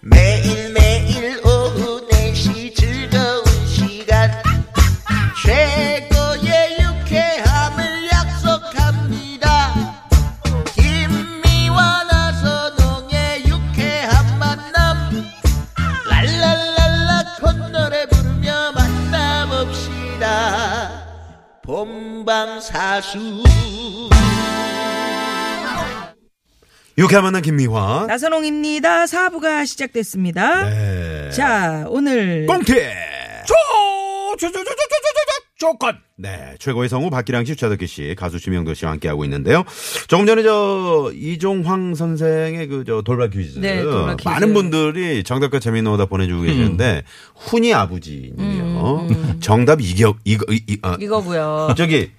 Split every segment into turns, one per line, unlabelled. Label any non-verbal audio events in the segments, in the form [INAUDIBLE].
매일매일 오후 4시 즐거운 시간 최고의 유쾌함을 약속합니다 김미와 나선홍의 유쾌한 만남 랄랄랄라 콧노래 부르며 만남없시다 본방사수
유쾌한 만남 김미화.
나선홍입니다. 사부가 시작됐습니다.
네.
자, 오늘
꽁트.
조건.
네, 최고의 성우 박기량 씨, 최덕기 씨, 가수 심영도 씨와 함께 하고 있는데요. 조금 전에 저 이종황 선생의 그 저 돌발 퀴즈.
네, 돌발 퀴즈. 음.
많은 분들이 정답과 재미노다 보내주고 계시는데 훈이 아버지님이요. 정답 이격 이거 이, 이- 아, [LAUGHS]
이거고요.
저기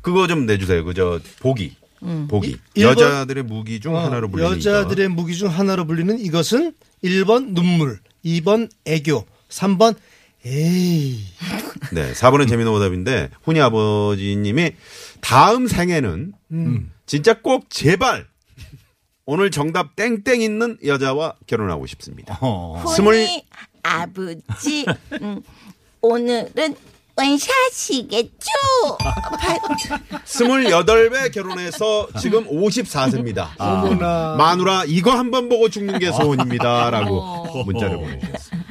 그거 좀 내주세요. 그 저 보기
음.
보기
일- 일본-
여자들의 무기 중 하나로 불리는
어, 여자들의 무기 중 하나로 불리는 이것은 1번 눈물, 2번 애교, 3번 에이.
이거. 네, 4번은 재미노 오답인데 훈이 아버지님이 다음 생에는 진짜 꼭 제발 오늘 정답 땡땡 있는 여자와 결혼하고 싶습니다. 어. 스물-
훈이 아버지 음, 오늘은
[LAUGHS]
원샷이겠죠?
스물여덟 배 결혼해서 지금 54세입니다. 마누라 이거 한번 보고 죽는 게 소원입니다라고 문자를 보내주셨어요.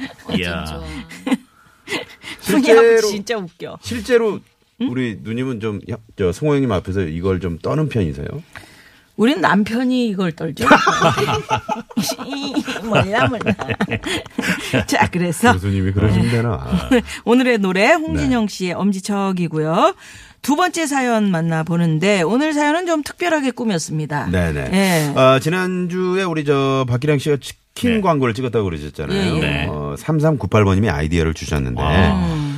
훈이 아버지
실제로
진짜 웃겨.
실제로 우리 누님은 좀저 성호 형님 앞에서 이걸 좀 떠는 편이세요?
우린 남편이 이걸
[LAUGHS]
떨죠. [LAUGHS]
몰라 몰라.
자, 그래서
교수님이 그러시면 되나?
오늘의 노래 홍진영
네.
씨의 엄지척이고요. 두 번째 사연 만나보는데 오늘 사연은 좀 특별하게 꾸몄습니다.
네네.
예.
어, 지난주에 우리 저 박기량 씨가 치킨
네.
광고를 찍었다고 그러셨잖아요.
예, 예.
네.
어, 3398번님이 아이디어를 주셨는데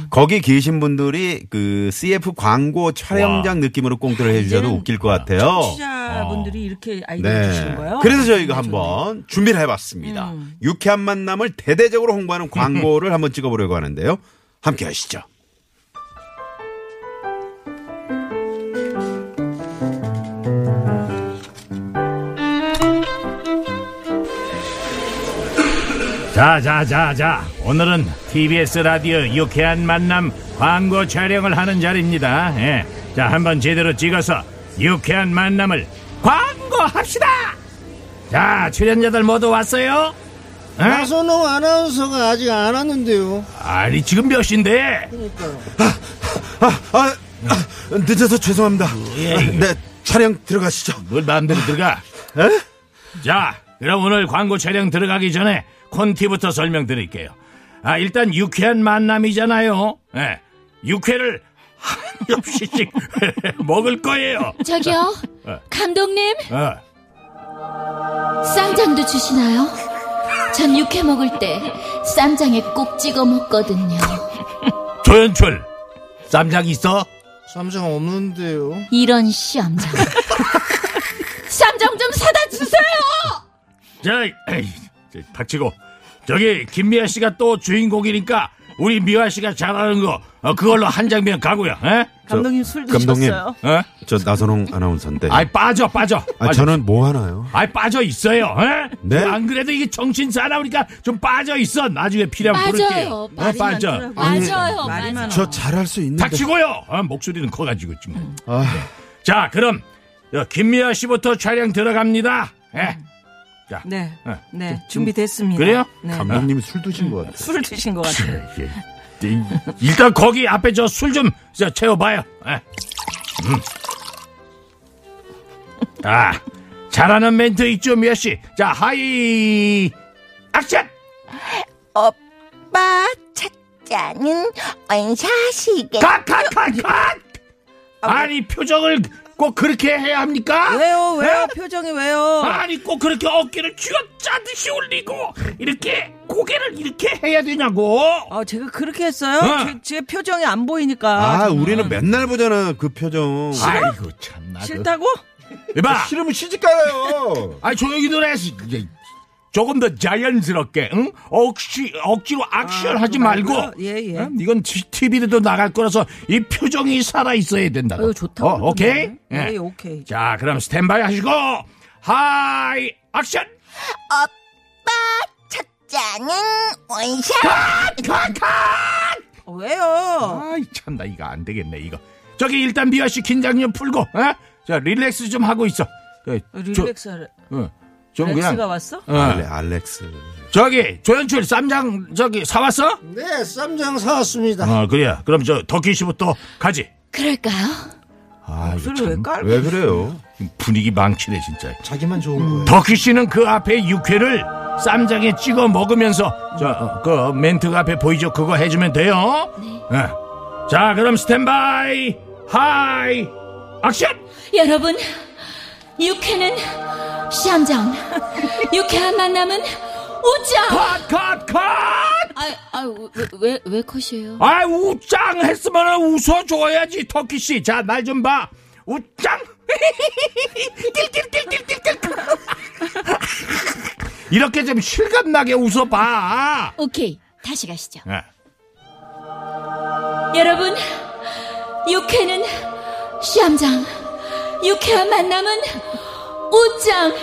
거기 계신 분들이 그 CF 광고 촬영장 느낌으로 꽁트를 해주셔도
아, 이제는
웃길 것 같아요. 네.
청취자분들이 이렇게 아이디어 주신 거예요? 네, 음.
그래서 저희가 한번 준비를 해봤습니다. 유쾌한 만남을 대대적으로 홍보하는 광고를 한번 찍어보려고 하는데요. 함께 하시죠.
자, 자, 자, 자. 오늘은 TBS 라디오 유쾌한 만남 광고 촬영을 하는 자리입니다. 예. 자, 한번 제대로 찍어서 유쾌한 만남을 광고합시다! 자, 출연자들 모두 왔어요? 예?
나선홍 아나운서가 아직 안 왔는데요.
아니, 지금 몇 시인데?
아, 아, 아, 늦어서 죄송합니다.
예.
아, 네, 촬영 들어가시죠.
뭘 마음대로 들어가? 자, 그럼 오늘 광고 촬영 들어가기 전에 콘티부터 설명드릴게요. 아, 일단 유쾌한 만남이잖아요. 예. 육회를 한 접시씩 [LAUGHS] 먹을 거예요.
저기요
네.
어.
감독님
어.
쌈장도 주시나요? 전 육회 먹을 때 쌈장에 꼭 찍어 먹거든요
조연출, 쌈장 있어?
삼장 없는데요.
[LAUGHS]
이런 씨암장 쌈장 좀 사다 주세요
자, 에이, 저, 닥치고. 저기 김미아 씨가 또 주인공이니까 우리 미화 씨가 잘하는 거 어, 그걸로 한 장면 가고요. 예?
감독님 술
감독님.
드셨어요?
어?
저 나선홍 아나운서인데.
아이 빠져 빠져.
아,
빠져.
저는 뭐 하나요?
아이 빠져 있어요. 에?
네.
안 그래도 이게 정신 사나우니까 좀 빠져 있어. 나중에 필요하면 부를게요.
맞아요
어,
말이
빠져.
많더라고요. 맞아요
말이
맞아요
많아.
저 잘할 수 있는데.
닥치고요. 아, 목소리는 커가지고 지금. 네.
아,
자, 그럼 어, 김미아 씨부터 촬영 들어갑니다. 예. 자,
네.
어,
네. 준비됐습니다.
그래요?
네.
감독님 술 드신 것 같아요.
술을 드신 것 같아요.
예. 이- 일단 거기 앞에 저 술 좀 채워봐요. 예. 음. 아, 잘하는 멘트 있죠, 미아 씨. 자, 하이 액션.
오빠 첫째는 원샷이겠죠?
컷, 컷,
아,
컷, 컷! 아니, 표정을 꼭 그렇게 해야
아,
합니까?
왜요? 왜요?
어?
표정이 왜요?
아니, 꼭 그렇게 어깨를 쥐어짜듯이 올리고, 이렇게 고개를 이렇게 해야 되냐고!
아, 제가 그렇게 했어요?
어.
제, 제 표정이 안 보이니까.
아,
저는.
우리는 맨날 보잖아, 그 표정.
아이고, 참나.
싫다고?
이봐!
싫으면 시집 가요.
아니, 조용히 놀아. 조금 더 자연스럽게, 응? 억지, 억지로 악시를 하지 말고.
아, 말고요? 예, 예.
응? 이건 TV에도 나갈 거라서 이 표정이 살아있어야 된다.
아유, 좋다.
어, 오케이?
예.
네, 오케이.
자, 그럼 스탠바이 하시고, 하이, 액션!
오빠 첫째는 원샷
컷! 컷!
어, 왜요?
아이 참나 이거 안 되겠네 이거 저기 일단 미아 씨 긴장 좀 풀고 어? 자 릴렉스 좀 하고 있어 예, 저,
릴렉스
어, 좀
렉스가
그냥
왔어?
어.
알레, 알렉스.
저기 조연출 쌈장 저기 사왔어?
네, 쌈장 사왔습니다.
어 그래 그럼 저 덕희 씨부터 가지
그럴까요?
아 이거
목소리를 왜
참
깔고
왜 그래요?
분위기 망치네 진짜
자기만 좋은 거예요.
덕희 씨는 그 앞에 육회를 쌈장에 찍어 먹으면서 저그 멘트가 앞에 보이죠 그거 해주면 돼요 네. 자 그럼 스탠바이 하이 액션
여러분, 육회는 쌈장, 육회한 만남은 우짱.
컷 컷, 컷!
아, 아, 왜, 왜, 왜 컷이에요?
아이 우짱 했으면 웃어줘야지 터키 씨. 자 날 좀 봐. 우짱. [LAUGHS] 띨띨띨띨띨띨. [LAUGHS] 이렇게 좀 실감나게 웃어봐.
오케이, 다시 가시죠.
예.
여러분, 육회는 쌈장, 육회한 만남은 우짱.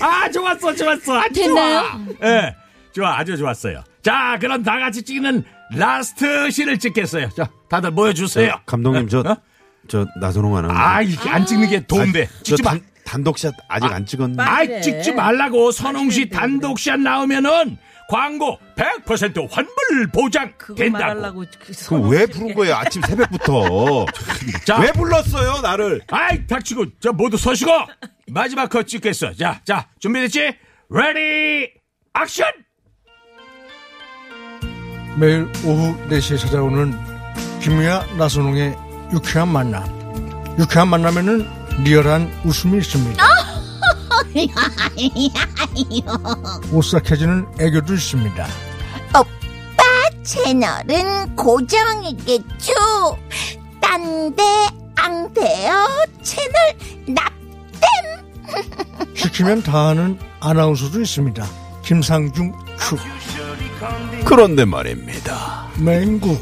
아 좋았어 좋았어. 아주
됐나요?
좋아. 예. 좋아 아주 좋았어요. 자 그럼 다 같이 찍는 라스트 씬을 찍겠어요. 자 다들 모여주세요.
네, 감독님 저,
어?
저 나선홍 아나운서.
네. 아 이게 안 찍는 게 도움돼.
아, 저
찍지 마.
단- 단독샷 아직 안 찍었는데.
아,
아이
그래.
찍지 말라고 선홍 씨 단독샷 나오면은 광고 100% 환불 보장
그거
된다고.
말하려고 그
그럼 왜 부른 거예요? 아침 새벽부터.
자,
왜 불렀어요, 나를?
아이 닥치고 저 모두 서시고 마지막 거 찍겠어. 자, 자 준비됐지? 레디 액션!
매일 오후 4시에 찾아오는 김미아 나선홍의 유쾌한 만남. 유쾌한 만남에는 리얼한 웃음이 있습니다. 오싹해지는 애교도 있습니다.
오빠 채널은 고정이겠죠 딴데 안 돼요 채널 납땜
시키면 다하는 아나운서도 있습니다. 김상중 축
그런데 말입니다.
맹구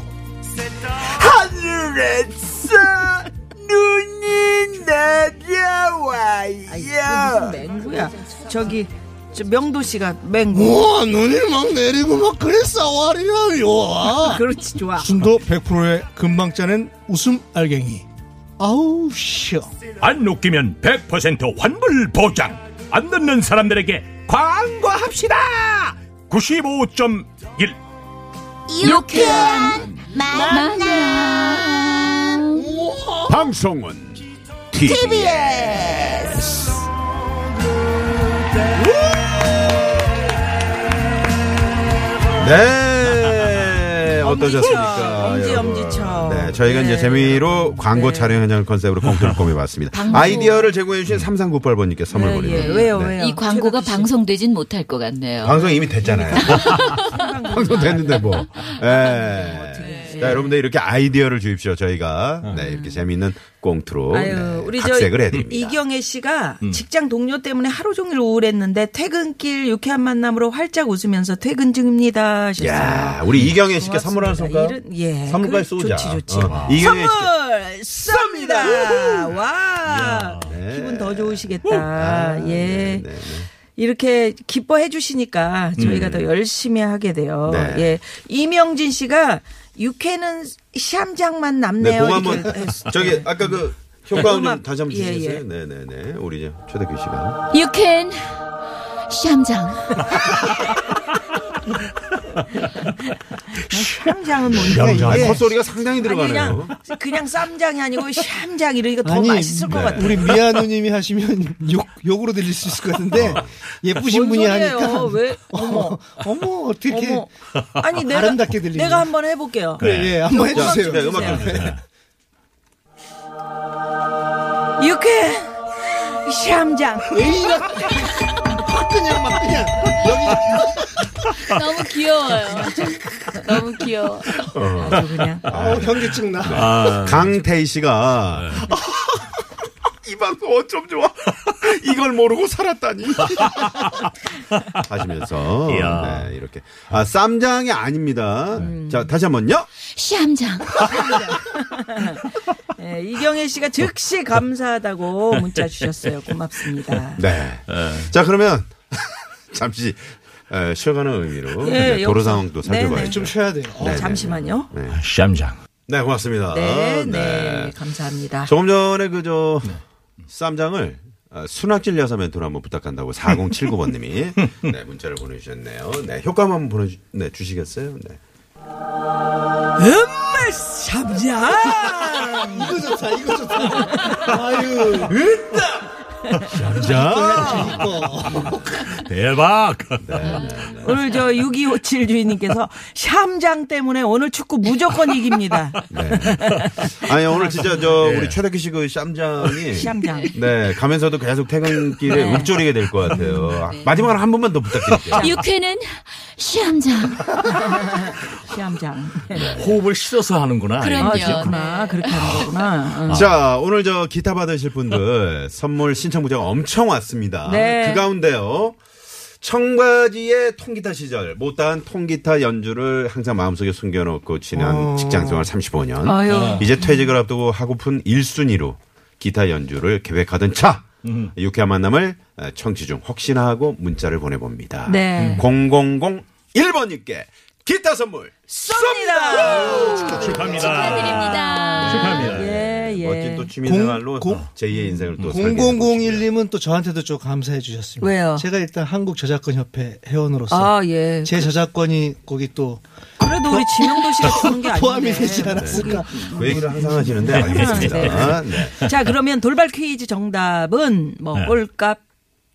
무슨 맹구야? 저기 저 명도 씨가 맹구.
우와 눈이 막 내리고 막 그랬어 와리라요
[LAUGHS] 그렇지 좋아.
순도 100%의 금방 짜낸 웃음 알갱이 아우 시어
안 웃기면 100% 환불 보장. 안 듣는 사람들에게 광고합시다. 95.1
유쾌한 만남
만남.
방송은 TV. 네. 어떠셨습니까?
엄지척, 엄지,
여러분?
엄지척.
네, 저희가
네.
이제 재미로 광고
네. 아.
촬영 현장 컨셉으로 공통을 꾸며봤습니다. 아이디어를 제공해주신 3398번님께 선물
네,
보내드립니다.
예. 왜요
네.
왜요?
이 광고가
최덕기 씨.
방송되진 못할 것 같네요.
방송 이미
[LAUGHS]
됐잖아요. [LAUGHS] 방송 됐는데 뭐.
네.
예. 자, 여러분들 이렇게 아이디어를 주십시오. 저희가 네, 이렇게 재미있는 꽁트로
음. 아유,
네,
우리 저
각색을 해드립니다. 음.
이경혜 씨가 직장 동료 때문에 하루 종일 우울했는데 퇴근길 유쾌한 만남으로 활짝 웃으면서 퇴근 중입니다. 하셨어요.
야, 우리 이경혜 씨께 선물 하나 쏠까?
이런- 예.
선물까지
그-
쏘자.
좋지, 좋지.
어, 이경혜 씨께
선물 쏩니다. 와
네.
기분 더 좋으시겠다. 예.
네, 네.
이렇게 기뻐해 주시니까 저희가 더 열심히 하게 돼요.
음. 네.
예. 이명진 씨가 육회는 샴장만
네,
남네요.
그거 한번
이렇게 했-
저기 아까 그 효과음 좀
음악,
다시 한번
예,
주시겠어요?
예.
네, 네, 네. 우리 이제 최대규 씨가
육회는 쌈장.
샴장은
네,
뭔가
아니,
이게
콧소리가 상당히 음. 들어가네요.
그냥 그냥 쌈장이 아니고 샴장 이런 이거 더
아니,
맛있을 것
네.
같아요.
우리 미아 누님이 하시면 욕, 욕으로 들릴 수 있을 것 같은데 예쁘신
뭔
분이
소리예요?
하니까
왜?
[LAUGHS] 어머 어머 어떻게
어머. 아니 내가
아름답게 들리네.
내가 한번 해볼게요.
그래 예, 한번
음악
해주세요
좀
네, 음악 좀 주세요.
육회 샴장.
확 그냥 막 그냥
너무 귀여워요. 너무 귀여워.
아주 그냥.
어, 현기증 나
강태희 씨가 [LAUGHS] 이 방송 어쩜 좋아. 이걸 모르고 살았다니. 하시면서
이야.
네, 이렇게 아 쌈장이 아닙니다. 자 다시 한번요.
쌈장.
예, 이경혜 씨가 즉시 감사하다고 문자 주셨어요. 고맙습니다.
네. 자 그러면 [LAUGHS] 잠시 에, 쉬어가는 의미로
예,
네, 도로
여기서.
상황도 살펴봐야죠.
좀 쉬어야 돼요.
어, 잠시만요. 네,
쌈장.
네 고맙습니다.
아,
네,
네.
감사합니다.
조금 전에 그저 쌈장을 아, 순학질 여사 멘토로 한번 부탁한다고 4079번님이 네, 문자를 보내주셨네요. 네, 효과음 한번 보내주 네, 주시겠어요? 네.
음말 쌈장.
이거 좋다, 이거 좋다. 아유,
쌈장.
이뻐.
[LAUGHS] 대박.
네.
오늘 저 6257 주인님께서 샴장 때문에 오늘 축구 무조건 이깁니다.
네. 아니 오늘 진짜 저 우리 최덕기 씨 그 쌈장이
쌈장.
네 가면서도 계속 퇴근길에 읊조리게 될 것 같아요. 아, 마지막으로 한 번만 더 부탁드릴게요.
육회는 쌈장.
샴장.
호흡을 실어서 하는구나.
그럼요.
아, 그렇구나. 그렇게 하는 거구나. 응.
자 오늘 저 기타 받으실 분들 [LAUGHS] 선물 신청 문자가 엄청 왔습니다.
네.
그 가운데요. 청바지의 통기타 시절 못다한 통기타 연주를 항상 마음속에 숨겨놓고 지난 직장생활 35년
어. 아유.
이제 퇴직을 앞두고 하고픈 1순위로 기타 연주를 계획하던 차
음.
유쾌한 만남을 청취 중 혹시나 하고 문자를 보내봅니다.
네.
0001번님께 기타 선물
쏩니다.
축하합니다.
축하드립니다.
축하합니다.
예, 예.
멋진 또 취미
공-
생활로
공-
제2의 인생을 또 설계해
0001님은 또 저한테도 좀 감사해 주셨습니다.
왜요?
제가 일단 한국저작권협회 회원으로서
아, 예.
제 저작권이 거기 또
그래도 우리 지명도 씨가 주는 게 아니네.
포함이 되지 않았을까.
보십니다. 그 얘기를 항상 하시는데
네,
알겠습니다. 네.
[LAUGHS] 자, 그러면 돌발 퀴즈 정답은 뭐
네.
꼴값,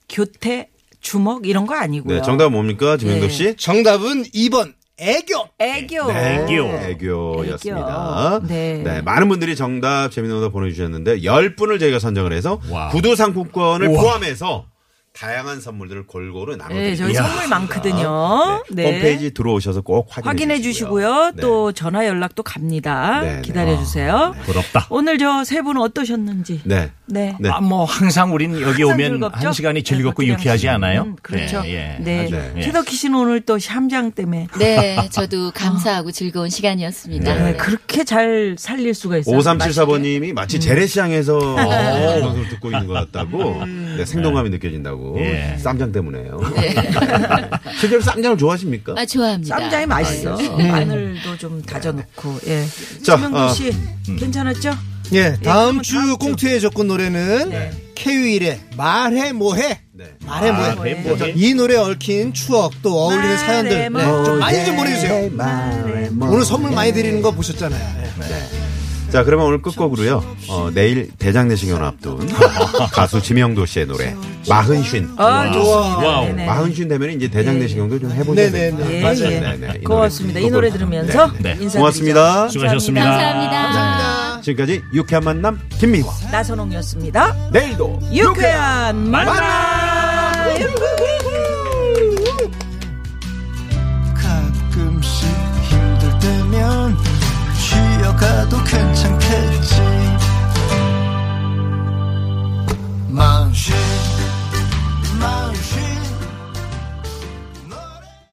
교태, 주먹 이런 거 아니고요.
네, 정답은 뭡니까? 지명도
예.
씨? 네,
정답은 2번 애교.
애교.
네, 애교.
애교였습니다.
네. 애교. 네.
많은 분들이 정답 재미있는 오답 보내주셨는데 10분을 저희가 선정을 해서
와.
구두 상품권을
우와.
포함해서 다양한 선물들을 골고루
네,
나눠드립니다.
저희 선물 많거든요. 네.
홈페이지 들어오셔서 꼭 확인해,
확인해 주시고요.
네.
또 전화 연락도 갑니다.
네, 네.
기다려 주세요.
아, 부럽다.
오늘 저 세 분 어떠셨는지.
네.
네.
네.
아, 뭐 항상 우린 여기
항상
오면
즐겁죠?
한 시간이 즐겁고
네,
유쾌하지
박기량
않아요?
씨는. 그렇죠.
예, 예.
네.
아주,
네.
예.
최덕희 씨는 오늘 또 샴장 때문에
네, 저도 감사하고 즐거운 시간이었습니다.
네, 그렇게 잘 살릴 수가 있어요. 음.
5374번님이 마치 재래시장에서 어, 방송을 듣고 있는 것 같다고 네, 생동감이 느껴진다고
예.
쌈장 때문에요.
예.
네. [LAUGHS] 실제로 쌈장을 좋아하십니까?
아, 좋아합니다.
쌈장이 맛있어.
음.
마늘도 좀 다져놓고. 예.
자,
지명도
어.
씨 괜찮았죠?
예, 다음
그러면
주 꽁트의 조건 노래는 K1의 말해 뭐해.
네.
말해
아,
뭐해.
네, 뭐지?
이 노래에 얽힌 추억 또 어울리는 사연들 네, 뭐. 좀 많이 좀 보내주세요. 오늘 선물 많이 드리는 거 보셨잖아요. 예.
자, 그러면 오늘 끝곡으로요. 어, 내일 대장내시경을 앞둔 가수 지명도 씨의 노래 마흔쉰.
아,
와우.
좋습니다. 네네.
마흔쉰 되면 이제 대장내시경도 좀 해보셔야
네네네.
됩니다.
예,
맞아요.
예.
네네. 이
고맙습니다. 이 노래 들으면서
네,
네.
인사드리죠.
고맙습니다.
수고하셨습니다.
감사합니다.
네. 지금까지 유쾌한 만남 김미화.
나선홍이었습니다.
내일도
유쾌한 만남. 유후후후.
가끔씩 힘들 때면